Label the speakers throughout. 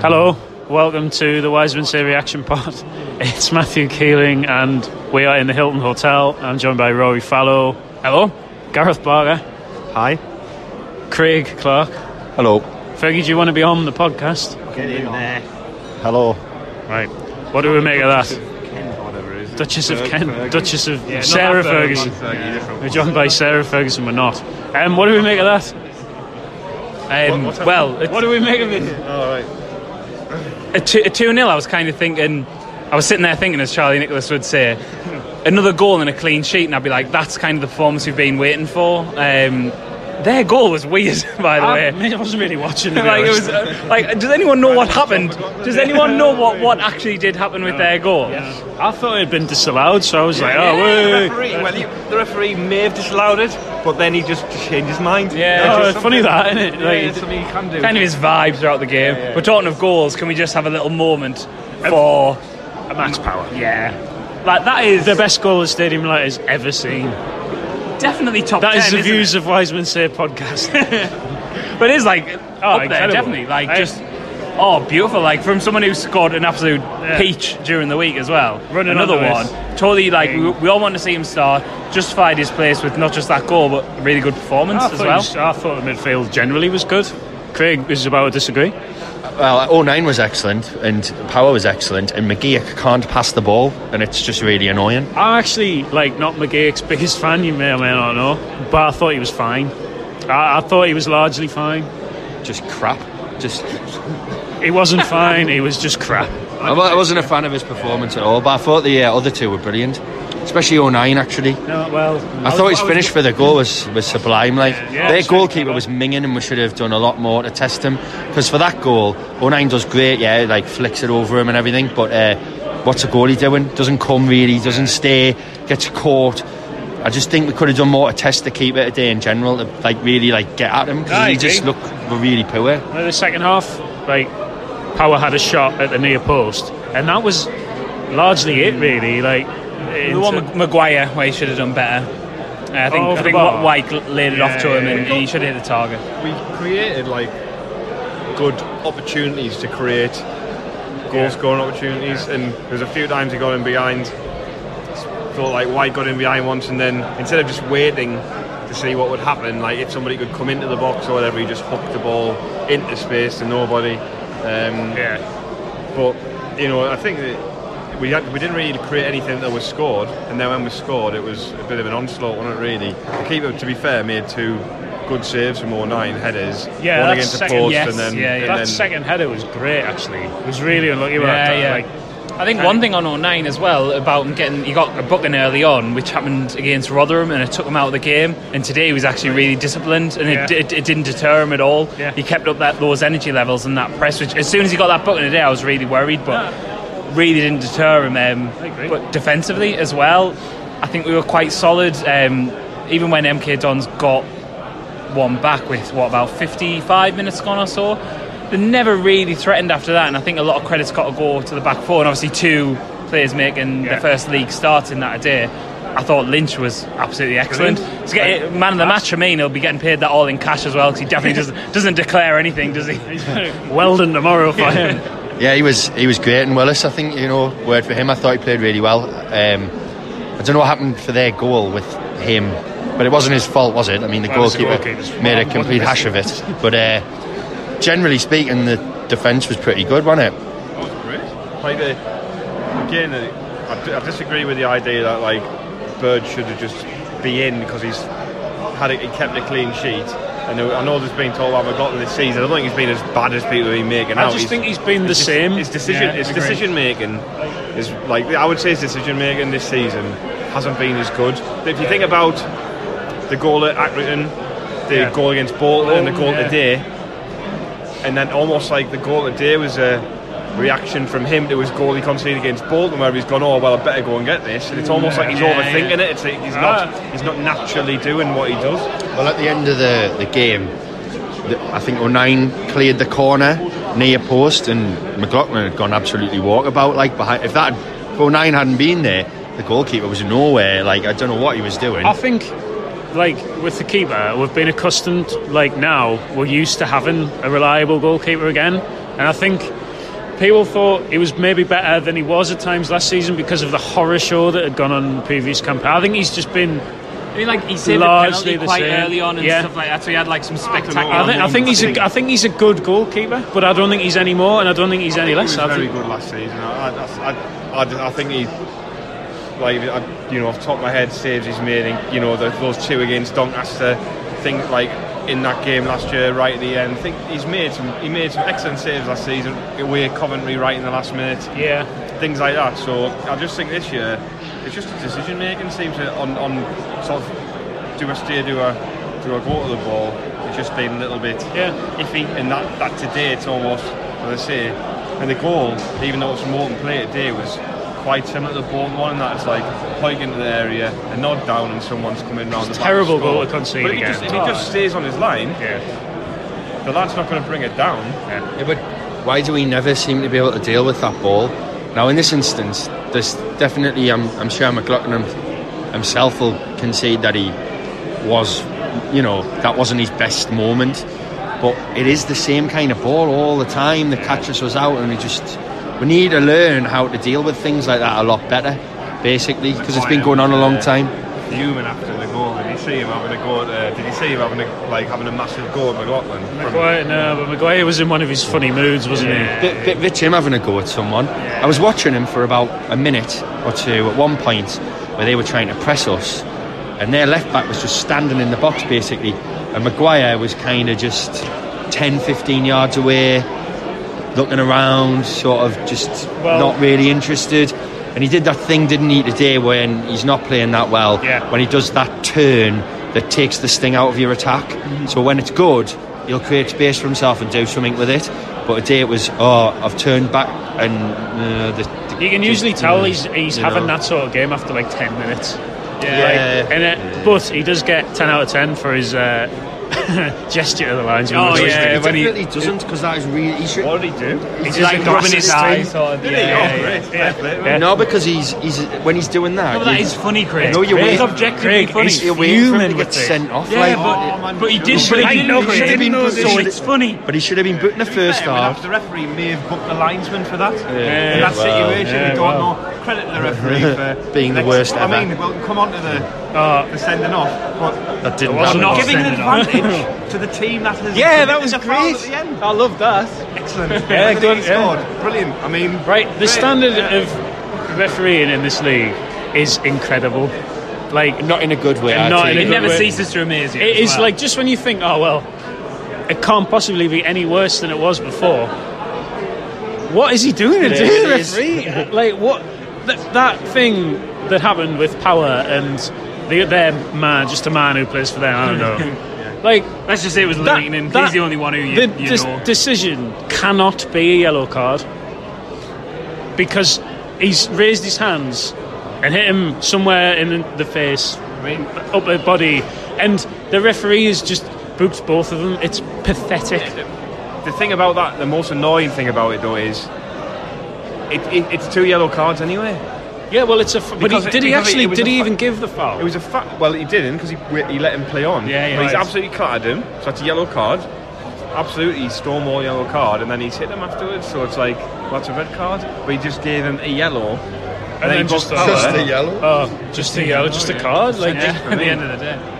Speaker 1: Hello, welcome to the Wiseman Say Reaction Pod. It's Matthew Keeling, and we are in the Hilton Hotel. I'm joined by Rory Fallow. Hello. Gareth Barger.
Speaker 2: Hi.
Speaker 1: Craig Clark.
Speaker 2: Hello.
Speaker 1: Fergie, do you want to be on the podcast?
Speaker 2: Hello.
Speaker 1: Right. What do we make of that? Duchess of Kent, Duchess of Sarah Ferguson. We're joined by Sarah Ferguson, we're not. Um, what do we make of that?
Speaker 3: Um, well,
Speaker 1: What do we make of it?
Speaker 3: a 2 a 2 0, I was kind of thinking, I was sitting there thinking, as Charlie Nicholas would say, another goal and a clean sheet, and I'd be like, that's kind of the performance we've been waiting for. Um, their goal was weird, by the
Speaker 1: I,
Speaker 3: way.
Speaker 1: mean, Ah, I wasn't really watching to be
Speaker 3: Ah, like, it
Speaker 1: honest.
Speaker 3: was, uh, like, does anyone know what happened? Does anyone know what, what actually did happen with their goal?
Speaker 1: I thought it had been disallowed, so I was like, oh, wait, wait, wait.
Speaker 2: Well, you, the referee may have disallowed it, but then he just changed his mind.
Speaker 3: Yeah.
Speaker 2: It's
Speaker 1: Oh,
Speaker 2: just
Speaker 1: it's funny
Speaker 2: something-
Speaker 1: that, isn't it?
Speaker 2: Yeah,
Speaker 1: Like,
Speaker 2: it's something you can do.
Speaker 3: Kind of his vibe throughout the game. We're talking of goals, can we just have a little moment for.
Speaker 1: a max power.
Speaker 3: Yeah. Like, that is
Speaker 1: The best goal the Stadium Light has ever seen.
Speaker 3: definitely top
Speaker 1: That
Speaker 3: 10.
Speaker 1: is the
Speaker 3: isn't it?
Speaker 1: views of Wiseman Say podcast. Oh,
Speaker 3: But it is like up there,
Speaker 1: incredible.
Speaker 3: definitely. Like
Speaker 1: I-
Speaker 3: just oh, beautiful. Like from someone who scored an absolute peach during the week as well.
Speaker 1: Running
Speaker 3: Another
Speaker 1: on the
Speaker 3: one.
Speaker 1: wrist.
Speaker 3: Totally. Like we, we all want to see him start. Justified his place with not just that goal, but a really good performance
Speaker 1: Oh, I,
Speaker 3: as
Speaker 1: thought
Speaker 3: well.
Speaker 1: he was- I thought the midfield generally was good. Craig is about to disagree.
Speaker 4: Well, 09 was excellent, and Power was excellent, and McGeek can't pass the ball, and it's just really annoying.
Speaker 1: I'm actually like not McGeek's biggest fan, you may or may not know, but I thought he was fine. I, I thought he was largely fine.
Speaker 4: Just crap. Just
Speaker 1: He wasn't fine. He was just crap.
Speaker 4: I wa- I wasn't a fan of his performance at all, but I thought the uh, other two were brilliant, especially 09 actually.
Speaker 1: No, well,
Speaker 4: I thought his finish for the goal was, was sublime. Like
Speaker 1: yeah,
Speaker 4: their
Speaker 1: it's really
Speaker 4: goalkeeper
Speaker 1: clever.
Speaker 4: was minging, and we should have done a lot more to test him. Because for that goal, 09 does great, yeah, like flicks it over him and everything. But uh, what's the goalie doing? Doesn't come really, doesn't stay, gets caught. I just think we could have done more to test the keeper today in general, to like really like get at him because
Speaker 1: I
Speaker 4: he just
Speaker 1: agree.
Speaker 4: looked really poor.
Speaker 1: Well, the second half, like Power had a shot at the near post, and that was largely it, really. Like
Speaker 3: the one with Maguire where he should have done better. Uh, I think
Speaker 1: Oh,
Speaker 3: I think
Speaker 1: Maguire.
Speaker 3: White laid it off to
Speaker 1: Yeah,
Speaker 3: him
Speaker 1: yeah,
Speaker 3: and
Speaker 1: yeah.
Speaker 3: he should have hit the target.
Speaker 2: we created like good opportunities to create goal scoring opportunities, and there's a few times he got in behind. Thought like White got in behind once, and then instead of just waiting to see what would happen, like if somebody could come into the box or whatever, he just hooked the ball into space to nobody. Um,
Speaker 1: yeah,
Speaker 2: But you know, I think that we had, we didn't really create anything that was scored, and then when we scored, it was a bit of an onslaught, wasn't it? Really, the keeper, to be fair, made two good saves from all nine headers.
Speaker 1: Yeah,
Speaker 2: one
Speaker 1: that's
Speaker 2: against the
Speaker 1: second-
Speaker 2: post,
Speaker 3: yes,
Speaker 2: and then
Speaker 3: yeah, yeah.
Speaker 2: and
Speaker 1: that
Speaker 2: then-
Speaker 1: second header was great. Actually, it was really unlucky. about
Speaker 3: Yeah,
Speaker 1: that,
Speaker 3: yeah.
Speaker 1: Like,
Speaker 3: I think one thing on 09 as well about him getting he got a booking early on, which happened against Rotherham, and it took him out of the game. And today he was actually really disciplined, and
Speaker 1: Yeah.
Speaker 3: it, it, it didn't deter him at all.
Speaker 1: Yeah.
Speaker 3: He kept up that those energy levels and that press. Which as soon as he got that booking today, I was really worried, but really didn't deter him. Um,
Speaker 1: I agree.
Speaker 3: but defensively as well, I think we were quite solid. Um, even when MK Don's got one back with what about 55 minutes gone or so. They never really threatened after that, and I think a lot of credit's got to go to the back four. And obviously, two players making
Speaker 1: Yeah.
Speaker 3: their first league start in that a day. I thought Lynch was absolutely excellent.
Speaker 1: Brilliant.
Speaker 3: He's get man of the match. I mean, he'll be getting paid that all in cash as well because he definitely doesn't doesn't declare anything, does he?
Speaker 1: Weldon tomorrow for him.
Speaker 4: Yeah, he was he was great, and Willis, I think you know, word for him. I thought he played really well. Um, I don't know what happened for their goal with him, but it wasn't his fault, was it? I mean, the
Speaker 1: Well, it was the
Speaker 4: goalkeeper
Speaker 1: goalkeeper's fault,
Speaker 4: made a
Speaker 1: wasn't
Speaker 4: complete
Speaker 1: it?
Speaker 4: hash of it. But uh, generally speaking, the defence was pretty good, wasn't it?
Speaker 2: That was great. Like the, again, uh, I, d- I disagree with the idea that like Bird should have just be in because he's had it. He kept a clean sheet. And I know there's been talk about McLaughlin this season. I don't think he's been as bad as people have been making
Speaker 1: I
Speaker 2: out.
Speaker 1: just think he's been the
Speaker 2: his,
Speaker 1: same.
Speaker 2: His decision,
Speaker 1: Yeah,
Speaker 2: his
Speaker 1: agree.
Speaker 2: decision making is like I would say his decision making this season hasn't been as good. If you think about the goal at Accrington, the
Speaker 1: Yeah.
Speaker 2: goal against Bolton, and the goal
Speaker 1: Bolton, yeah.
Speaker 2: today, and then almost like the goal today was a reaction from him to his goal he conceded against Bolton, where he's gone, oh well, I better go and get this. And it's almost like he's
Speaker 1: Yeah,
Speaker 2: overthinking
Speaker 1: yeah.
Speaker 2: it. It's like he's
Speaker 1: Ah.
Speaker 2: not he's not naturally doing what he does.
Speaker 4: Well, at the end of the, the game, the, I think 09 cleared the corner near post, and McLaughlin had gone absolutely walkabout. Like behind, if that if 09 hadn't been there, the goalkeeper was nowhere. Like I don't know what he was doing.
Speaker 1: I think, like with the keeper, we've been accustomed. Like now, we're used to having a reliable goalkeeper again, and I think people thought he was maybe better than he was at times last season because of the horror show that had gone on in the previous campaign. I think he's just been.
Speaker 3: I mean, like he saved
Speaker 1: Largely
Speaker 3: the penalty
Speaker 1: the
Speaker 3: quite
Speaker 1: same.
Speaker 3: early on and
Speaker 1: Yeah.
Speaker 3: stuff like that. So he had like some spectacular.
Speaker 1: I think, I think he's a, I think he's a good goalkeeper, but I don't think he's any more, and I don't think he's any
Speaker 2: think
Speaker 1: less.
Speaker 2: He was
Speaker 1: I
Speaker 2: very
Speaker 1: think
Speaker 2: good last season. I, I, I, I, I think he, like, I, you know, off the top of my head, saves he's made. In, you know, the, those two against Doncaster, thing like in that game last year, right at the end. I think he's made some. He made some excellent saves last season away at Coventry, right in the last minute,
Speaker 1: yeah,
Speaker 2: things like that. So I just think this year, it's just decision making seems to on on sort of do I steer, do I do I go to the ball. It's just been a little bit
Speaker 1: yeah.
Speaker 2: iffy, and that, that today it's almost, as I say, and the goal, even though it's from open play today, was quite similar to the Bolton one, and that it's like poke into the area, a nod down, and someone's coming round
Speaker 1: It's
Speaker 2: the back and
Speaker 1: terrible goal
Speaker 2: score.
Speaker 1: to concede
Speaker 2: But if he
Speaker 1: again.
Speaker 2: just, if he
Speaker 3: Oh.
Speaker 2: just stays on his line,
Speaker 1: Yeah,
Speaker 2: the lad's not going to bring it down.
Speaker 4: Yeah, but why do we never seem to be able to deal with that ball? Now, in this instance, there's definitely, I'm, I'm sure McLaughlin him- himself will concede that he was, you know, that wasn't his best moment. But it is the same kind of ball all the time. The catches us out, and we just we need to learn how to deal with things like that a lot better, basically, because it's been going on a long time.
Speaker 2: Uh, Human after the goal, did you see him having a go? At, uh, did you see him having a, like having a massive go at McLaughlin? From,
Speaker 1: Maguire, no, but Maguire was in one of his funny moods, wasn't he?
Speaker 4: Bit, bit rich him having a go at someone. I was watching him for about a minute or two at one point where they were trying to press us, and their left back was just standing in the box basically, and Maguire was kind of just 10, 15 yards away, looking around, sort of just
Speaker 1: Well-
Speaker 4: not really interested. And he did that thing, didn't he, today when he's not playing that well.
Speaker 1: Yeah.
Speaker 4: When he does that turn that takes the sting out of your attack.
Speaker 3: Mm-hmm.
Speaker 4: So when it's good, he'll create space for himself and do something with it. But today it was, oh, I've turned back and uh, the, the-
Speaker 1: You can usually
Speaker 4: the-
Speaker 1: tell he's he's
Speaker 4: you
Speaker 1: having
Speaker 4: know.
Speaker 1: that sort of game after like ten minutes.
Speaker 4: Yeah.
Speaker 1: Like, and it, but he does get ten out of ten for his uh, gesture to the lines.
Speaker 3: Oh,
Speaker 4: He
Speaker 3: yeah, when he- Oh,
Speaker 4: definitely doesn't because that is really. He should,
Speaker 2: what did he do?
Speaker 1: he's
Speaker 3: He's like rubbing his eyes. Sort of, yeah, yeah, yeah.
Speaker 2: oh, great. fair play.
Speaker 4: No, because he's he's when he's doing that.
Speaker 3: No, but that
Speaker 4: you-
Speaker 3: is funny, Craig.
Speaker 4: No, you're
Speaker 3: it's
Speaker 4: waiting-
Speaker 3: objectively
Speaker 1: Craig,
Speaker 3: funny.
Speaker 1: he's
Speaker 4: you're waiting for him
Speaker 1: fuming
Speaker 4: to
Speaker 1: with
Speaker 4: get
Speaker 1: it.
Speaker 4: sent off.
Speaker 3: yeah,
Speaker 4: like,
Speaker 3: but, but he did.
Speaker 4: But he
Speaker 3: But he
Speaker 4: didn't-
Speaker 3: didn't.
Speaker 4: he should have been
Speaker 3: Craig. So
Speaker 4: positioned-
Speaker 3: it's funny.
Speaker 4: but he should have been booked in the first
Speaker 2: Fair enough,
Speaker 4: half.
Speaker 2: the referee may have booked the linesman for that.
Speaker 4: Yeah,
Speaker 2: in that
Speaker 4: well,
Speaker 2: situation,
Speaker 1: yeah,
Speaker 2: we don't
Speaker 1: well.
Speaker 2: know. Credit the referee for
Speaker 4: Being the
Speaker 2: Let's-
Speaker 4: worst
Speaker 2: I
Speaker 4: ever.
Speaker 2: mean, we'll come on to the, the sending off, but
Speaker 4: That didn't
Speaker 1: It wasn't
Speaker 4: happen.
Speaker 1: off.
Speaker 2: Uh, giving an
Speaker 1: sending off.
Speaker 2: advantage to the team that has.
Speaker 3: Yeah, that was
Speaker 2: a foul
Speaker 3: great.
Speaker 2: At the end.
Speaker 3: I love that.
Speaker 2: Excellent.
Speaker 1: Yeah,
Speaker 2: Look at
Speaker 1: good,
Speaker 2: it, he
Speaker 1: yeah.
Speaker 2: scored. Brilliant. I mean,
Speaker 1: Right, the
Speaker 2: great.
Speaker 1: standard
Speaker 2: Yeah.
Speaker 1: of refereeing in this league is incredible. Like
Speaker 4: Not in a good way.
Speaker 1: And
Speaker 4: I
Speaker 1: not
Speaker 4: take
Speaker 1: in a
Speaker 4: it.
Speaker 3: It
Speaker 1: good
Speaker 3: never
Speaker 1: way.
Speaker 3: ceases to amaze you.
Speaker 1: It
Speaker 3: as
Speaker 1: is
Speaker 3: well.
Speaker 1: like just when you think, oh well, it can't possibly be any worse than it was before. What is he doing to do
Speaker 4: it
Speaker 1: this? like what that, that thing that happened with Power and the, their man, just a man who plays for them. I don't know. Like
Speaker 3: Let's just say it was
Speaker 1: that,
Speaker 3: Leighton.
Speaker 1: that-
Speaker 3: He's the only one who you,
Speaker 1: the
Speaker 3: you
Speaker 1: des-
Speaker 3: know.
Speaker 1: decision cannot be a yellow card because he's raised his hands and hit him somewhere in the face, upper body, and the referee has just booked both of them. It's pathetic.
Speaker 2: The thing about that, the most annoying thing about it though is, it, it, it's two yellow cards anyway.
Speaker 1: Yeah, well, it's a. F- but he,
Speaker 2: Because it-
Speaker 1: did he
Speaker 2: because it-
Speaker 1: actually?
Speaker 2: it was
Speaker 1: did
Speaker 2: a
Speaker 1: he
Speaker 2: fu-
Speaker 1: even give the
Speaker 2: It
Speaker 1: foul?
Speaker 2: was a fact. Well, he didn't because he, wi- he let him play on.
Speaker 3: Yeah, yeah.
Speaker 2: But he's
Speaker 3: Right.
Speaker 2: absolutely clattered him. So that's a yellow card. Absolutely Stormwall yellow card, and then he's hit him afterwards. So it's like well, that's a red card. But he just gave him a yellow. And,
Speaker 1: then just
Speaker 2: booked
Speaker 1: a-
Speaker 2: Power.
Speaker 3: Oh.
Speaker 1: Just a yellow, just a yellow, just a card. Like
Speaker 3: Yeah, at the end of the day.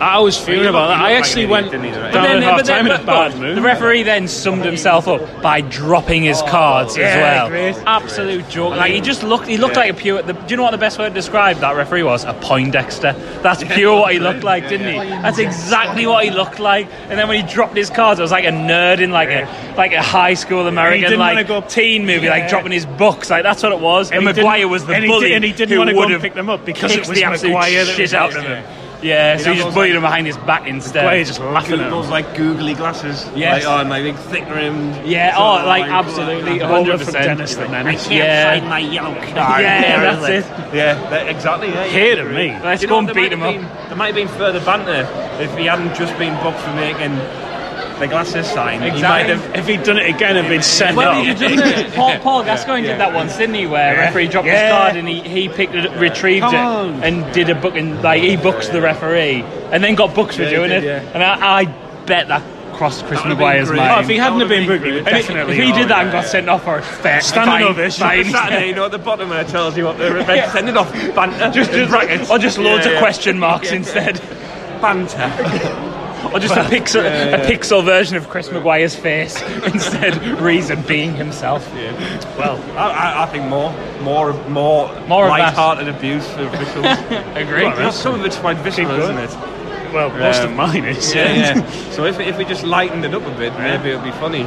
Speaker 1: I was fuming
Speaker 2: You
Speaker 1: about that.
Speaker 2: looked- you
Speaker 1: I
Speaker 2: looked
Speaker 1: actually
Speaker 2: like an
Speaker 1: went
Speaker 2: idiot,
Speaker 1: down
Speaker 2: didn't you, right?
Speaker 1: at half
Speaker 2: But
Speaker 3: then- then-
Speaker 1: time in a
Speaker 3: but
Speaker 1: bad mood.
Speaker 3: the referee then summed himself up by dropping his cards as
Speaker 1: Yeah,
Speaker 3: well.
Speaker 1: great.
Speaker 3: Absolute joke. Like he just looked. He looked
Speaker 2: Yeah.
Speaker 3: like a pure. The, do you know what the best word to describe that referee was? A Poindexter. That's pure what he looked like, didn't he? That's exactly what he looked like. And then when he dropped his cards, it was like a nerd in like a like a high school American
Speaker 5: didn't wanna
Speaker 3: like
Speaker 5: go-
Speaker 3: teen movie, like
Speaker 5: Yeah.
Speaker 3: dropping his books. Like that's what it was. And,
Speaker 5: he didn't-
Speaker 3: Maguire was the
Speaker 5: and he
Speaker 3: bully
Speaker 5: di- and he didn't
Speaker 3: who
Speaker 5: wanna go and
Speaker 3: would've
Speaker 5: pick them up because it
Speaker 3: kicked
Speaker 5: was
Speaker 3: the absolute
Speaker 5: Maguire that
Speaker 3: shit
Speaker 5: was
Speaker 3: out of
Speaker 5: there.
Speaker 3: him. Yeah, so
Speaker 5: that
Speaker 3: he just
Speaker 2: was
Speaker 3: bullied him behind his back instead.
Speaker 1: Why he's just laughing at him.
Speaker 2: Those like googly glasses.
Speaker 3: Yes.
Speaker 2: Like, oh, and like big thick rimmed.
Speaker 3: Yeah, oh, like absolutely,
Speaker 1: Older
Speaker 3: hundred
Speaker 1: from
Speaker 3: percent.
Speaker 1: Dennis the Menace.
Speaker 3: Yeah,
Speaker 5: my yellow card.
Speaker 3: yeah, that's it.
Speaker 2: Yeah, that- exactly. Yeah,
Speaker 1: Hate
Speaker 2: yeah.
Speaker 1: him, me.
Speaker 3: Let's
Speaker 2: You
Speaker 3: go
Speaker 2: know,
Speaker 3: and
Speaker 2: there
Speaker 3: beat
Speaker 2: might
Speaker 3: him
Speaker 2: have
Speaker 3: up.
Speaker 2: been- There might have been further banter if he hadn't just been booked for making the glasses sign. He might
Speaker 3: Exactly.
Speaker 2: have
Speaker 1: If he'd done it again, I'd been sent
Speaker 3: Well,
Speaker 1: off.
Speaker 3: he did, doesn't he? Paul, Paul Gascoigne did that once, didn't he? Where referee dropped
Speaker 1: Yeah.
Speaker 3: his card and he, he picked it, retrieved
Speaker 2: Come
Speaker 3: it,
Speaker 2: on.
Speaker 3: and did a book and like he booked the referee, and then got booked for
Speaker 2: Yeah, he
Speaker 3: doing
Speaker 2: did,
Speaker 3: it.
Speaker 2: yeah.
Speaker 3: And I, I bet that crossed Chris
Speaker 2: That would've been
Speaker 3: Maguire's
Speaker 2: great.
Speaker 3: mind.
Speaker 1: Oh, if he hadn't have been booked, he would
Speaker 3: And if-
Speaker 1: definitely.
Speaker 3: if he did
Speaker 1: oh,
Speaker 3: that
Speaker 1: yeah.
Speaker 3: and got sent off for a fair
Speaker 1: Standing
Speaker 3: fine,
Speaker 1: ovation.
Speaker 3: fine.
Speaker 2: Saturday, you know, at the bottom of the tells you what they're sending off banter.
Speaker 3: Just,
Speaker 2: in brackets.
Speaker 3: just, or just loads
Speaker 2: Yeah,
Speaker 3: of
Speaker 2: yeah.
Speaker 3: question marks
Speaker 2: Yeah.
Speaker 3: instead.
Speaker 2: Banter.
Speaker 3: Or just a pixel, a pixel version of Chris Maguire's face instead, reason being himself.
Speaker 2: Well, I, I, I think more, more, more,
Speaker 3: More of that.
Speaker 2: light-hearted abuse for officials.
Speaker 3: Agree.
Speaker 2: Well, some of it's quite visceral,
Speaker 1: going.
Speaker 2: isn't it?
Speaker 1: Well, most of
Speaker 2: Um,
Speaker 1: mine is.
Speaker 2: Yeah, yeah. so if, if we just lightened it up a bit, maybe it'd be funny.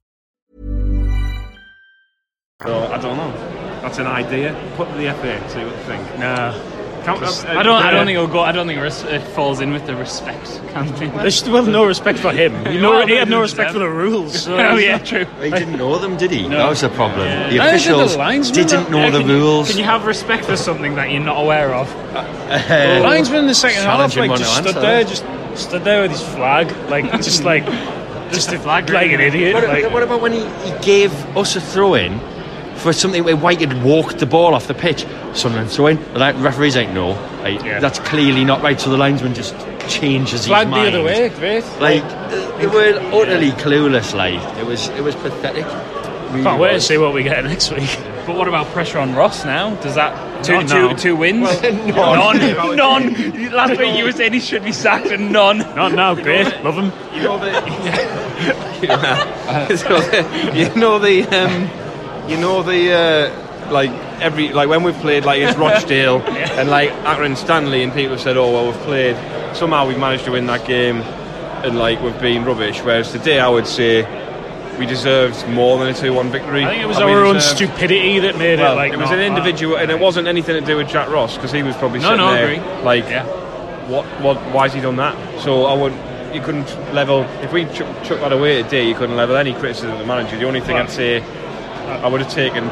Speaker 2: So I don't know. That's an idea. Put to the FA, see what they think.
Speaker 1: Nah.
Speaker 2: Count, uh,
Speaker 3: I don't. I don't think it'll go. I don't think res- it falls in with the respect campaign.
Speaker 1: There's just- well, no respect for him. You know,
Speaker 3: Well,
Speaker 1: he had no
Speaker 3: no,
Speaker 1: respect
Speaker 3: no.
Speaker 1: for the rules. So
Speaker 3: oh yeah, true.
Speaker 4: He didn't know them, did he? That was the problem. The
Speaker 1: I think the
Speaker 4: officials
Speaker 1: linesman
Speaker 4: didn't
Speaker 1: that-
Speaker 4: know
Speaker 3: Yeah,
Speaker 4: the
Speaker 3: can you-
Speaker 4: rules.
Speaker 3: Can you have respect for something that you're not aware of?
Speaker 1: The
Speaker 3: Oh.
Speaker 1: linesman in the second half,
Speaker 4: Challenging
Speaker 1: like,
Speaker 4: one
Speaker 1: just
Speaker 4: to
Speaker 1: stood
Speaker 4: answer.
Speaker 1: there, just stood there with his flag, like, just like, just a flag, like an idiot.
Speaker 4: What,
Speaker 1: like,
Speaker 4: what about when he, he gave us a throw in for something where White had walked the ball off the pitch? Something throw in. The li- referee's like, no, like,
Speaker 1: Yeah.
Speaker 4: that's clearly not right. So the linesman just changes
Speaker 1: flag
Speaker 4: his
Speaker 1: the
Speaker 4: mind.
Speaker 1: other way, great.
Speaker 4: Like uh, they were utterly clueless. Like it was, it was pathetic. Really
Speaker 1: Can't wait to
Speaker 4: was.
Speaker 1: see what we get next week.
Speaker 3: But what about pressure on Ross now? Does that two
Speaker 1: Not
Speaker 3: two-
Speaker 1: now.
Speaker 3: two wins?
Speaker 4: Well,
Speaker 3: none, none. Last week you were saying he should be sacked, and none.
Speaker 1: Not now, great. Love him.
Speaker 2: You know the. you know the. Um, you know the. Uh, like every like when we've played like it's Rochdale and like Akron Stanley and people have said oh well we've played somehow we've managed to win that game and like we've been rubbish whereas today I would say we deserved more than a 2-1 victory
Speaker 1: I think it was
Speaker 2: And we
Speaker 1: our own
Speaker 2: deserved-
Speaker 1: stupidity that made
Speaker 2: well,
Speaker 1: it like.
Speaker 2: it was
Speaker 1: not
Speaker 2: an
Speaker 1: that.
Speaker 2: individual, and it wasn't anything to do with Jack Ross because he was probably
Speaker 3: No,
Speaker 2: sitting
Speaker 3: no,
Speaker 2: there
Speaker 3: agree.
Speaker 2: like,
Speaker 3: Yeah.
Speaker 2: what, what, why's he done that? So I would, you couldn't level if we chu- chuck that away today, you couldn't level any criticism of the manager. The only thing I'd say, I would have taken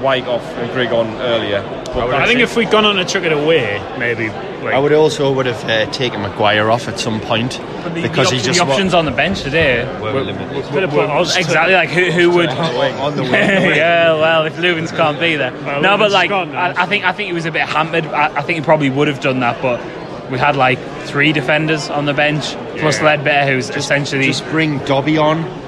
Speaker 2: White off and Grigg on earlier. But
Speaker 1: I think if we'd gone on and took it away, maybe. Like,
Speaker 4: I would also would have uh, taken Maguire off at some point because he just
Speaker 3: the
Speaker 4: wa-
Speaker 3: options on the bench today.
Speaker 4: were limited.
Speaker 1: could have put Oz to-
Speaker 3: Exactly, like who, who would?
Speaker 4: on the
Speaker 3: yeah, well, if Lewins can't be there,
Speaker 1: Well,
Speaker 3: no, but
Speaker 1: Lewin's
Speaker 3: like
Speaker 1: gone now.
Speaker 3: I, I think I think he was a bit hampered. I, I think he probably would have done that, but we had like three defenders on the bench plus
Speaker 1: Yeah.
Speaker 3: Ledbetter, who's essentially
Speaker 4: Just bring Dobby on.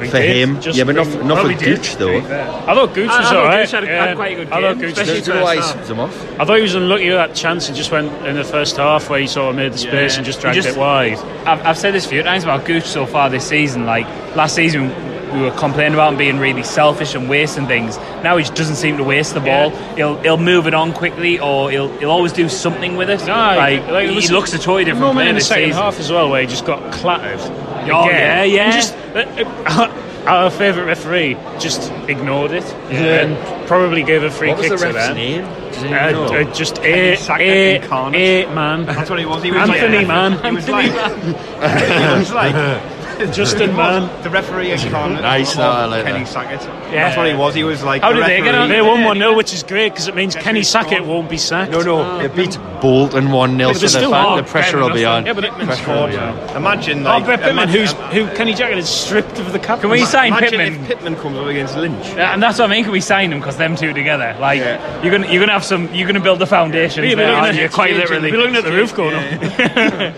Speaker 1: We
Speaker 4: for
Speaker 1: did,
Speaker 4: him.
Speaker 1: just
Speaker 4: Yeah, but not
Speaker 1: bring-
Speaker 4: for- not
Speaker 1: well,
Speaker 4: for
Speaker 1: we did,
Speaker 4: Gooch,
Speaker 1: to be
Speaker 4: though.
Speaker 1: fair. I thought Gooch
Speaker 3: I- I
Speaker 1: was
Speaker 3: thought
Speaker 1: alright.
Speaker 3: Gooch had a- had quite a good
Speaker 1: I thought
Speaker 3: game,
Speaker 1: Gooch
Speaker 3: especially
Speaker 1: did.
Speaker 3: for-
Speaker 4: Why
Speaker 3: half.
Speaker 4: subbed him off?
Speaker 1: I thought he was unlucky with that chance and just went in the first half where he sort of made the space
Speaker 3: Yeah.
Speaker 1: and just
Speaker 3: He
Speaker 1: dragged
Speaker 3: just-
Speaker 1: it wide.
Speaker 3: I've, I've said this a few times about Gooch so far this season. Like last season, we were complaining about him being really selfish and wasting things. Now he just doesn't seem to waste the ball. He'll he'll move it on quickly, or he'll he'll always do something with it.
Speaker 1: Nah,
Speaker 3: like,
Speaker 1: like,
Speaker 3: he
Speaker 1: listen-
Speaker 3: looks a totally different
Speaker 1: moment
Speaker 3: player
Speaker 1: in the
Speaker 3: this
Speaker 1: second
Speaker 3: season.
Speaker 1: half as well, where he just got clattered.
Speaker 3: Oh, yeah,
Speaker 1: again.
Speaker 3: yeah.
Speaker 1: And just- uh, uh, our favourite referee just ignored it
Speaker 4: Yeah.
Speaker 1: and probably gave a free
Speaker 4: What was
Speaker 1: kick
Speaker 4: the
Speaker 1: to
Speaker 4: ref's
Speaker 1: that.
Speaker 4: name? Does
Speaker 1: Uh,
Speaker 4: anyone know?
Speaker 1: uh, just a,
Speaker 2: sacked
Speaker 1: a,
Speaker 2: it incarnate.
Speaker 1: a man.
Speaker 2: That's what he was. He was
Speaker 1: Anthony
Speaker 2: like,
Speaker 1: man.
Speaker 2: He was like, he was like
Speaker 1: Justin
Speaker 2: he was
Speaker 1: Man.
Speaker 2: the referee incarnate.
Speaker 4: Nice,
Speaker 2: of
Speaker 4: that I like
Speaker 2: Kenny
Speaker 4: that.
Speaker 2: Sackett. That's what he was. He was like.
Speaker 3: How
Speaker 2: the
Speaker 3: did they get
Speaker 2: referee.
Speaker 3: on?
Speaker 1: They won 1 0, which is great because it means
Speaker 2: Referee
Speaker 1: Kenny Sackett
Speaker 2: scored.
Speaker 1: won't be sacked.
Speaker 4: No, no, it beat Bolton 1 0,
Speaker 1: Ah. But
Speaker 4: so
Speaker 1: they're
Speaker 4: the,
Speaker 1: still
Speaker 4: fan,
Speaker 1: hard.
Speaker 4: the pressure will be on.
Speaker 1: Yeah, but Pittman
Speaker 4: Pressure will be
Speaker 1: scored.
Speaker 4: on.
Speaker 2: Imagine
Speaker 1: Oh,
Speaker 2: like
Speaker 1: Brett Pittman,
Speaker 2: imagine-
Speaker 1: who's, who Kenny Jackett is stripped of the cup.
Speaker 3: Can we sign
Speaker 2: imagine
Speaker 3: Pittman?
Speaker 2: if Pittman comes up against Lynch.
Speaker 3: Yeah, and that's what I mean. Can we sign them because them two together? Like
Speaker 2: Yeah.
Speaker 3: you're gonna you're gonna have some. You're gonna build the foundations
Speaker 1: We're
Speaker 3: there,
Speaker 1: looking
Speaker 3: aren't
Speaker 1: at-
Speaker 3: you? Quite literally.
Speaker 1: We're looking at the roof going up.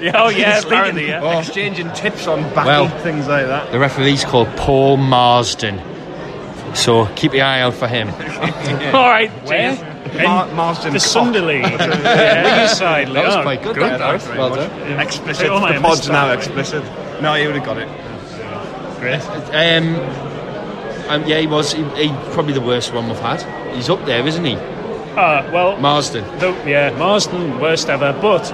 Speaker 3: Yeah, oh yeah, apparently. Yeah.
Speaker 2: Exchanging tips on battle
Speaker 4: Well-
Speaker 2: things like that.
Speaker 4: The referee's called Paul Marsden, so keep your eye out for him.
Speaker 3: All right. cheers.
Speaker 2: Mar- Marsden
Speaker 1: The
Speaker 2: Cock.
Speaker 1: Sunday League. yeah. League.
Speaker 4: That was quite good,
Speaker 2: Yeah,
Speaker 4: that, Gareth.
Speaker 2: thanks very
Speaker 4: Well
Speaker 2: much.
Speaker 4: done.
Speaker 2: Explicit.
Speaker 1: Oh, my, I
Speaker 2: the pod's
Speaker 1: missed
Speaker 2: now
Speaker 1: that.
Speaker 2: explicit. No, he would have got it.
Speaker 4: Um, um, yeah, he was. He, he probably the worst one we've had. He's up there, isn't he,
Speaker 1: Uh, well,
Speaker 4: Marsden?
Speaker 1: the, yeah, Marsden, worst ever. But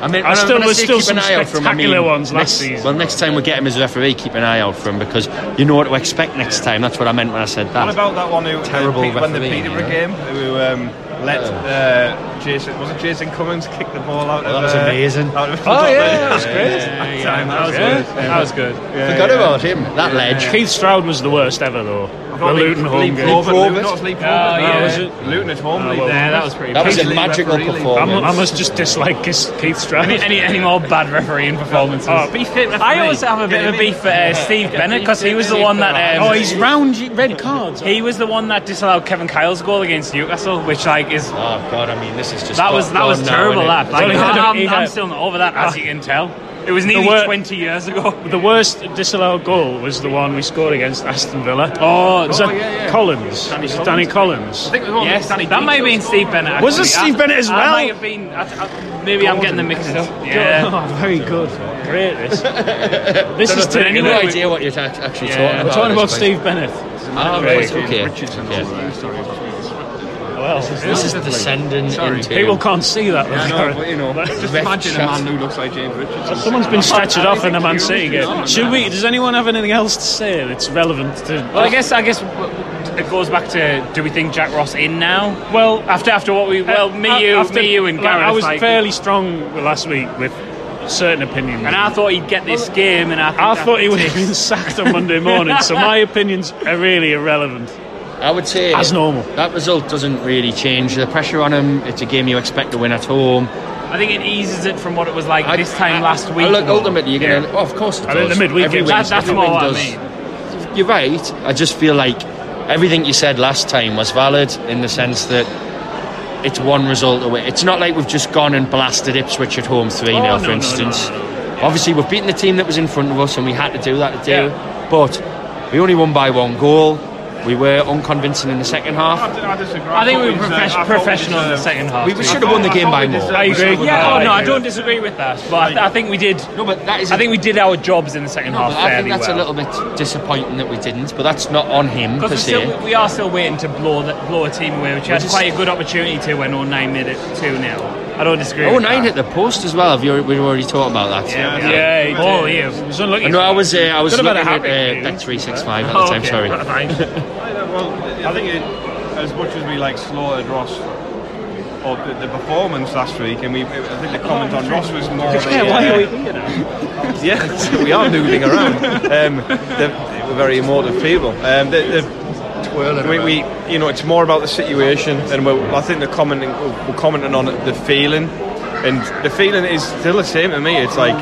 Speaker 4: I mean,
Speaker 1: I
Speaker 4: when
Speaker 1: still-
Speaker 4: when
Speaker 1: there's
Speaker 4: say
Speaker 1: still
Speaker 4: keep
Speaker 1: some
Speaker 4: an eye out for him, I mean,
Speaker 1: spectacular ones last
Speaker 4: next-
Speaker 1: season.
Speaker 4: Well, next time we get him as a referee, keep an eye out for him because you know what to expect next time. That's what I meant when I said that.
Speaker 2: What about that one who
Speaker 4: Terrible
Speaker 2: uh, Pete- when the
Speaker 4: referee,
Speaker 2: Peterborough
Speaker 4: yeah.
Speaker 2: game who um, let uh, Jason was it Jason Cummings kick the ball out
Speaker 4: Well,
Speaker 2: of
Speaker 4: that was
Speaker 2: uh,
Speaker 4: amazing.
Speaker 2: Out of
Speaker 1: Oh, yeah, that was great.
Speaker 2: That time,
Speaker 1: that was
Speaker 2: yeah.
Speaker 1: good. That was good.
Speaker 2: Yeah,
Speaker 4: Forgot
Speaker 2: yeah.
Speaker 4: about him. That ledge.
Speaker 1: Keith Stroud was the worst ever, though. The Luton home game.
Speaker 2: Leap Robert.
Speaker 4: Robert.
Speaker 2: Not Leap Robert.
Speaker 3: Oh,
Speaker 2: no,
Speaker 3: yeah.
Speaker 2: was it? Luton at home.
Speaker 1: Oh,
Speaker 2: Leap
Speaker 1: well,
Speaker 2: Robert.
Speaker 3: that was pretty
Speaker 4: That was a
Speaker 2: Leap
Speaker 4: magical
Speaker 2: referee, Leap
Speaker 1: I,
Speaker 4: performance.
Speaker 1: mu- I must just dislike Keith Keith Stroud.
Speaker 3: Any, any any more bad refereeing performances?
Speaker 1: Oh,
Speaker 3: beef I always have a bit of a beef for uh, Steve Bennett because he was the one that. Um,
Speaker 1: oh, he's round y- red cards.
Speaker 3: he was the one that disallowed Kevin Kyle's goal against Newcastle, which like is
Speaker 4: Oh God! I mean, this is just
Speaker 3: that was
Speaker 4: gone-
Speaker 3: that was
Speaker 4: gone now,
Speaker 3: terrible.
Speaker 4: innit?
Speaker 3: That like,
Speaker 1: Well, he had a-
Speaker 3: I'm,
Speaker 1: he
Speaker 3: I'm
Speaker 1: had-
Speaker 3: still not over that, as you can tell. It was nearly
Speaker 1: wor-
Speaker 3: 20 years ago.
Speaker 1: The worst disallowed goal was the one we scored against Aston Villa.
Speaker 3: Oh,
Speaker 1: was that Collins? Danny, Danny Collins.
Speaker 3: Yes, that might have been Steve Bennett.
Speaker 1: Was it
Speaker 3: actually.
Speaker 1: Steve
Speaker 3: I-
Speaker 1: Bennett as
Speaker 3: I
Speaker 1: well?
Speaker 3: might have been. I- I- maybe I'm getting them mixed up. Yeah.
Speaker 1: Oh, very good. Great. This. this is
Speaker 4: I
Speaker 1: taking
Speaker 4: have no
Speaker 1: away-
Speaker 4: idea what you're ta- actually
Speaker 1: Yeah,
Speaker 4: talking about.
Speaker 1: We're talking
Speaker 4: at
Speaker 1: about
Speaker 4: this
Speaker 1: Steve Bennett.
Speaker 4: point. Ah, right, okay. Yeah.
Speaker 1: Well,
Speaker 4: This is descending into.
Speaker 1: people can't see that.
Speaker 2: I know, but you know, just
Speaker 4: Ref
Speaker 2: imagine a
Speaker 4: chat.
Speaker 2: man who looks like James Richardson.
Speaker 1: Someone's been stretched off in a Man City game. Should we? Does anyone have anything else to say that's relevant to?
Speaker 3: Well, I guess I guess w- w- it goes back to do we think Jack Ross in now? Well, after after what we well
Speaker 1: Uh,
Speaker 3: me you
Speaker 1: after-
Speaker 3: me you and
Speaker 1: like,
Speaker 3: Gareth.
Speaker 1: I was
Speaker 3: like-
Speaker 1: fairly strong last week with certain opinions,
Speaker 3: and I thought he'd get this game, and I, think
Speaker 1: I
Speaker 3: that-
Speaker 1: thought he would have been sacked on Monday morning. so my opinions are really irrelevant.
Speaker 4: I would say
Speaker 1: As normal.
Speaker 4: That result doesn't really change the pressure on him. It's a game you expect to win at home.
Speaker 3: I think it eases it from what it was like this time last week.
Speaker 4: Look, ultimately, you're going to.
Speaker 3: Yeah.
Speaker 4: Oh, of course. It
Speaker 1: I mean,
Speaker 4: does.
Speaker 1: the midweek
Speaker 4: Every
Speaker 1: games-
Speaker 4: win-
Speaker 3: That- that's
Speaker 4: every
Speaker 3: more
Speaker 4: win
Speaker 3: what I
Speaker 4: does.
Speaker 3: mean.
Speaker 4: You're right. I just feel like everything you said last time was valid in the sense that. It's one result away. It's not like we've just gone and blasted Ipswich at home 3 0,
Speaker 1: Oh, no,
Speaker 4: for
Speaker 1: no, no,
Speaker 4: instance.
Speaker 1: no,
Speaker 4: Obviously, we've beaten the team that was in front of us, and we had to do that to do.
Speaker 3: Yeah.
Speaker 4: But we only won by one goal. We were unconvincing in the second half.
Speaker 2: I disagree.
Speaker 3: I think we were
Speaker 2: thought
Speaker 3: profes-
Speaker 2: deserved- I thought
Speaker 3: professional in the
Speaker 2: deserved-
Speaker 3: second half.
Speaker 4: We,
Speaker 3: to be
Speaker 4: should have won the
Speaker 2: I
Speaker 4: game
Speaker 2: thought
Speaker 4: by
Speaker 2: we
Speaker 4: more.
Speaker 2: deserved- we should have won
Speaker 3: Yeah,
Speaker 2: by
Speaker 3: oh no,
Speaker 2: more.
Speaker 3: I don't disagree with that, but I, th- I think we did.
Speaker 4: No, but that is.
Speaker 3: I think we did our jobs in the second half
Speaker 4: I think
Speaker 3: fairly
Speaker 4: that's
Speaker 3: well.
Speaker 4: a little bit disappointing that we didn't. But that's not on him per
Speaker 3: Because
Speaker 4: se.
Speaker 3: still, we are still waiting to blow the, blow a team away, which you had
Speaker 4: just-
Speaker 3: quite a good opportunity to when 09 made it 2 0. I don't disagree.
Speaker 4: oh,
Speaker 3: with
Speaker 4: nine
Speaker 3: that.
Speaker 4: hit the post as well. Have you, we already talked about that.
Speaker 3: Yeah,
Speaker 2: Yeah,
Speaker 3: yeah.
Speaker 2: he
Speaker 3: Oh,
Speaker 2: did.
Speaker 3: yeah.
Speaker 1: It was unlucky.
Speaker 4: No, I was uh, I was
Speaker 1: Could have
Speaker 4: looking
Speaker 1: had a
Speaker 4: at uh,
Speaker 1: hat-trick,
Speaker 4: Bet three six five at the
Speaker 3: Oh,
Speaker 4: time.
Speaker 3: okay.
Speaker 4: Sorry.
Speaker 3: Fine.
Speaker 2: Well, I think it, as much as we like slaughtered Ross or the, the performance last week, and we, I think the comment on Ross was more. of a- uh,
Speaker 1: Yeah, why are we here now?
Speaker 2: Yeah, we are noodling around. Um, the- we're very emotive people. Um, the, the, we, we, you know, it's more about the situation, and we're, I think the commenting, we're commenting on the feeling, and the feeling is still the same to me. It's like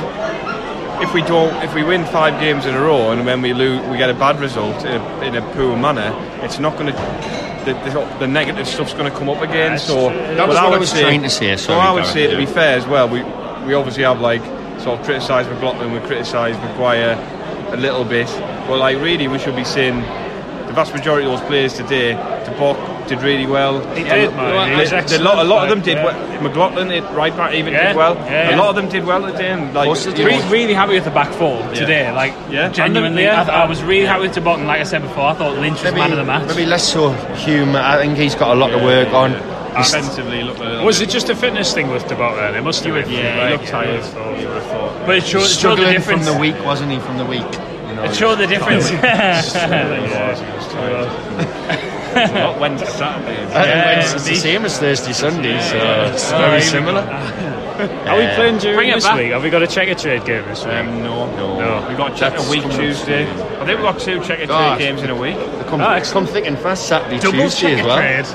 Speaker 2: if we don't, if we win five games in a row, and when we lose, we get a bad result in a, in a poor manner. It's not going to. The, the, the negative stuff's going to come up again. so
Speaker 4: That was
Speaker 2: well,
Speaker 4: what I
Speaker 2: would
Speaker 4: was
Speaker 2: say-
Speaker 4: trying to say, sorry,
Speaker 2: well, I would
Speaker 4: Gareth,
Speaker 2: say, to
Speaker 4: yeah.
Speaker 2: be fair as well, we we obviously have like sort of criticised McLaughlin, we criticised Maguire a little bit, but like really we should be saying the vast majority of those players today to balk did really well.
Speaker 1: He did, man. He was
Speaker 2: a lot, a lot of them
Speaker 1: excellent,
Speaker 2: did.
Speaker 1: yeah.
Speaker 2: well. McLaughlin, at right back, even
Speaker 1: Yeah,
Speaker 2: did well.
Speaker 1: yeah.
Speaker 2: A lot of them did well today. And like,
Speaker 4: Course they did.
Speaker 3: Re- really happy with the back four today. Like,
Speaker 2: Yeah.
Speaker 3: genuinely,
Speaker 1: And the- yeah.
Speaker 3: I, I was really happy with Duboc. And like I said before, I thought Lynch was man of the match.
Speaker 4: maybe less so Hume. I think he's got a lot to work on. He's-
Speaker 2: offensively looked. a little
Speaker 1: Was
Speaker 2: bit-
Speaker 1: it just a fitness thing with Debot then? It must have been.
Speaker 2: Yeah, he
Speaker 1: right?
Speaker 2: looked tired. You would have thought.
Speaker 3: But it showed, it showed the
Speaker 4: struggling from
Speaker 3: difference.
Speaker 4: the week, wasn't he? From the week, you know,
Speaker 3: it showed the difference.
Speaker 2: Not Wednesday, Saturday.
Speaker 4: I think
Speaker 3: Yeah,
Speaker 4: it's, it's the
Speaker 3: me-
Speaker 4: same as Thursday, Sunday, so it's
Speaker 1: Oh,
Speaker 4: very
Speaker 1: yeah.
Speaker 4: similar.
Speaker 1: Are we playing during
Speaker 3: Bring it
Speaker 1: this
Speaker 3: back.
Speaker 1: week? Have we got a checker trade game this week?
Speaker 2: Um, no,
Speaker 4: No.
Speaker 2: We've got check
Speaker 4: That's
Speaker 2: a week
Speaker 4: coming up
Speaker 2: Tuesday.
Speaker 4: soon.
Speaker 2: I think we've got two check and
Speaker 4: Ah.
Speaker 2: trade games in a week.
Speaker 4: Come,
Speaker 1: Oh,
Speaker 4: come
Speaker 1: excellent.
Speaker 4: thinking fast Saturday,
Speaker 1: Double
Speaker 4: Tuesday
Speaker 1: checker
Speaker 4: as well.
Speaker 1: trade.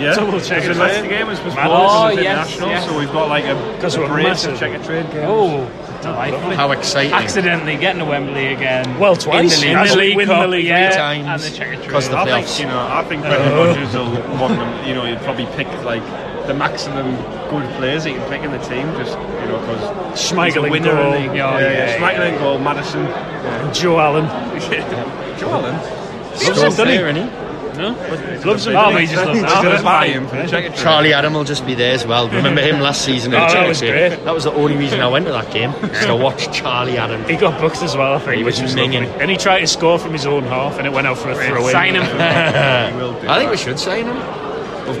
Speaker 2: Yeah.
Speaker 1: Double check
Speaker 2: Because
Speaker 1: and
Speaker 2: the last
Speaker 1: trade.
Speaker 2: game was was
Speaker 1: Man,
Speaker 3: oh,
Speaker 2: Paul's
Speaker 3: yes,
Speaker 2: international,
Speaker 3: yes.
Speaker 2: so we've got like a,
Speaker 1: Because
Speaker 2: a
Speaker 1: we're
Speaker 2: break
Speaker 1: massive.
Speaker 2: of check and trade games.
Speaker 3: Oh, delightful.
Speaker 4: How exciting!
Speaker 3: Accidentally getting to Wembley again.
Speaker 1: Well, twice.
Speaker 4: league.
Speaker 1: That's
Speaker 4: In the
Speaker 3: league
Speaker 1: win
Speaker 3: cup,
Speaker 1: the league
Speaker 3: yeah.
Speaker 1: three times.
Speaker 3: and
Speaker 4: times
Speaker 3: the checker trade.
Speaker 4: because the
Speaker 2: I think
Speaker 4: playoffs. Uh-huh.
Speaker 2: you know. I think Brendan Rodgers will want them. You know, he'd probably pick like the maximum good players he can pick in the team. Just you know, because
Speaker 1: Schmeichel in
Speaker 2: winner.
Speaker 1: goal.
Speaker 2: in the-
Speaker 1: Yeah,
Speaker 2: Yeah,
Speaker 1: yeah,
Speaker 2: yeah, Schmeichel in goal. Madison.
Speaker 1: Joe Allen.
Speaker 2: Joel then.
Speaker 4: Still
Speaker 1: doesn't he?
Speaker 4: there, isn't he?
Speaker 1: Loves him.
Speaker 3: Oh, but he just loves
Speaker 2: He's gonna
Speaker 3: that.
Speaker 2: buy him for the check and trade.
Speaker 4: Charlie Adam will just be there as well. Remember him last season? in
Speaker 1: Oh,
Speaker 4: the
Speaker 1: that
Speaker 4: Chelsea?
Speaker 1: was great.
Speaker 4: That was the only reason I went to that game. was to watch Charlie Adam.
Speaker 1: He got booked as well, I think,
Speaker 4: He
Speaker 1: which was
Speaker 4: was minging.
Speaker 1: lovely. And he tried to score from his own half, and it went out for a throw in.
Speaker 3: Sign him.
Speaker 2: He will do
Speaker 4: I think
Speaker 2: that.
Speaker 4: we should sign him. We've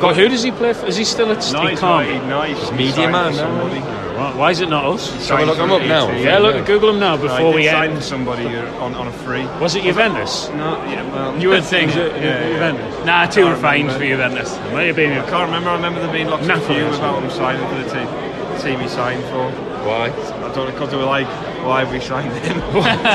Speaker 1: But
Speaker 4: got
Speaker 1: who does he play for? Is he still at
Speaker 2: No,
Speaker 1: Steve
Speaker 2: he's not. he-
Speaker 1: Calm?
Speaker 2: No, he's
Speaker 4: media
Speaker 2: signed
Speaker 4: man,
Speaker 2: for
Speaker 4: no.
Speaker 2: somebody.
Speaker 1: Why why is it not us?
Speaker 4: Shall we look him up now?
Speaker 1: Yeah, look, Google him now
Speaker 2: No,
Speaker 1: before
Speaker 2: he
Speaker 1: we
Speaker 2: did
Speaker 1: end.
Speaker 2: sign somebody on, on a free.
Speaker 1: Was it Juventus?
Speaker 2: No, yeah, well,
Speaker 3: You would think.
Speaker 1: Juventus.
Speaker 3: Nah, too refined for Juventus.
Speaker 1: It might have been
Speaker 2: I can't remember. I remember there being lots of
Speaker 1: Napoli or
Speaker 2: view about him signing for the team. Team he signed for.
Speaker 4: why?
Speaker 2: I don't know because they were like, why have we signed him?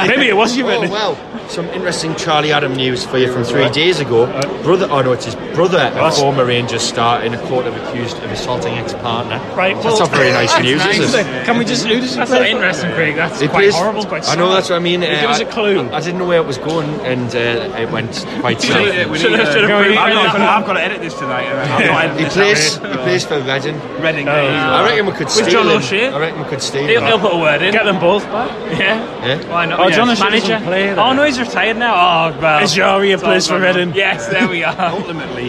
Speaker 1: Maybe it was
Speaker 4: Oh
Speaker 1: Juventus.
Speaker 4: well, some interesting Charlie Adam news for you from three days ago. Brother, oh no, it's his brother, a
Speaker 1: That's-
Speaker 4: former Rangers star, in a court of accused of assaulting ex-partner.
Speaker 1: Right,
Speaker 4: that's
Speaker 1: well-
Speaker 4: not very nice news, is it?
Speaker 1: Can we just? Who does he
Speaker 3: That's not interesting, Craig. That's
Speaker 4: It
Speaker 3: quite
Speaker 4: is-
Speaker 3: horrible. Quite
Speaker 4: I know
Speaker 3: sad.
Speaker 4: that's what I mean.
Speaker 1: Give
Speaker 4: uh,
Speaker 1: us a
Speaker 4: I-
Speaker 1: clue.
Speaker 4: I, I didn't know where it was going, and uh, it went quite south.
Speaker 2: We
Speaker 3: Should
Speaker 2: need,
Speaker 3: have-
Speaker 2: uh,
Speaker 3: should have
Speaker 2: I'm
Speaker 3: really
Speaker 2: not
Speaker 3: read
Speaker 2: gonna-
Speaker 3: that.
Speaker 2: I've got to edit this tonight. I'm not editing
Speaker 4: He
Speaker 2: this
Speaker 4: plays. He plays for Reading.
Speaker 2: out. Reading.
Speaker 4: I reckon we could
Speaker 3: Uh, With
Speaker 4: steal
Speaker 3: John
Speaker 4: him.
Speaker 3: O'Shea?
Speaker 4: I reckon we could steal
Speaker 3: He'll, he'll
Speaker 4: him.
Speaker 3: put a word in.
Speaker 1: Get them both back.
Speaker 3: Yeah.
Speaker 4: Yeah.
Speaker 3: Why not?
Speaker 1: Oh,
Speaker 3: Yeah,
Speaker 1: John
Speaker 3: he's
Speaker 1: O'Shea doesn't
Speaker 3: manager.
Speaker 1: play then.
Speaker 3: oh no, he's retired now. Oh well.
Speaker 1: Ajaria
Speaker 3: It's all
Speaker 1: plays for
Speaker 3: gone wrong.
Speaker 1: Reading.
Speaker 3: Yes, there we are.
Speaker 2: Ultimately,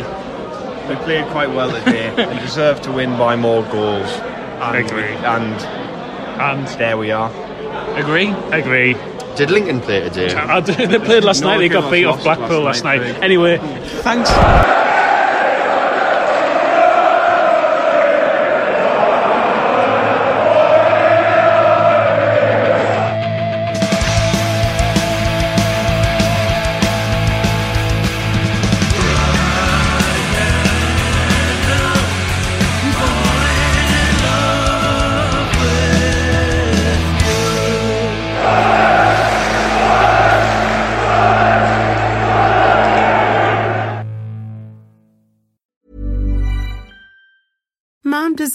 Speaker 2: we played quite well today and deserved to win by more goals. And,
Speaker 1: Agree.
Speaker 2: and
Speaker 1: And
Speaker 2: there we are.
Speaker 3: Agree.
Speaker 1: agree.
Speaker 4: Did Lincoln play today?
Speaker 1: I- they played last
Speaker 2: No,
Speaker 1: night. They
Speaker 2: Lincoln
Speaker 1: got beat off
Speaker 2: lost
Speaker 1: Blackpool last
Speaker 2: last night,
Speaker 1: night.
Speaker 2: Craig.
Speaker 1: Anyway, thanks.
Speaker 5: Mom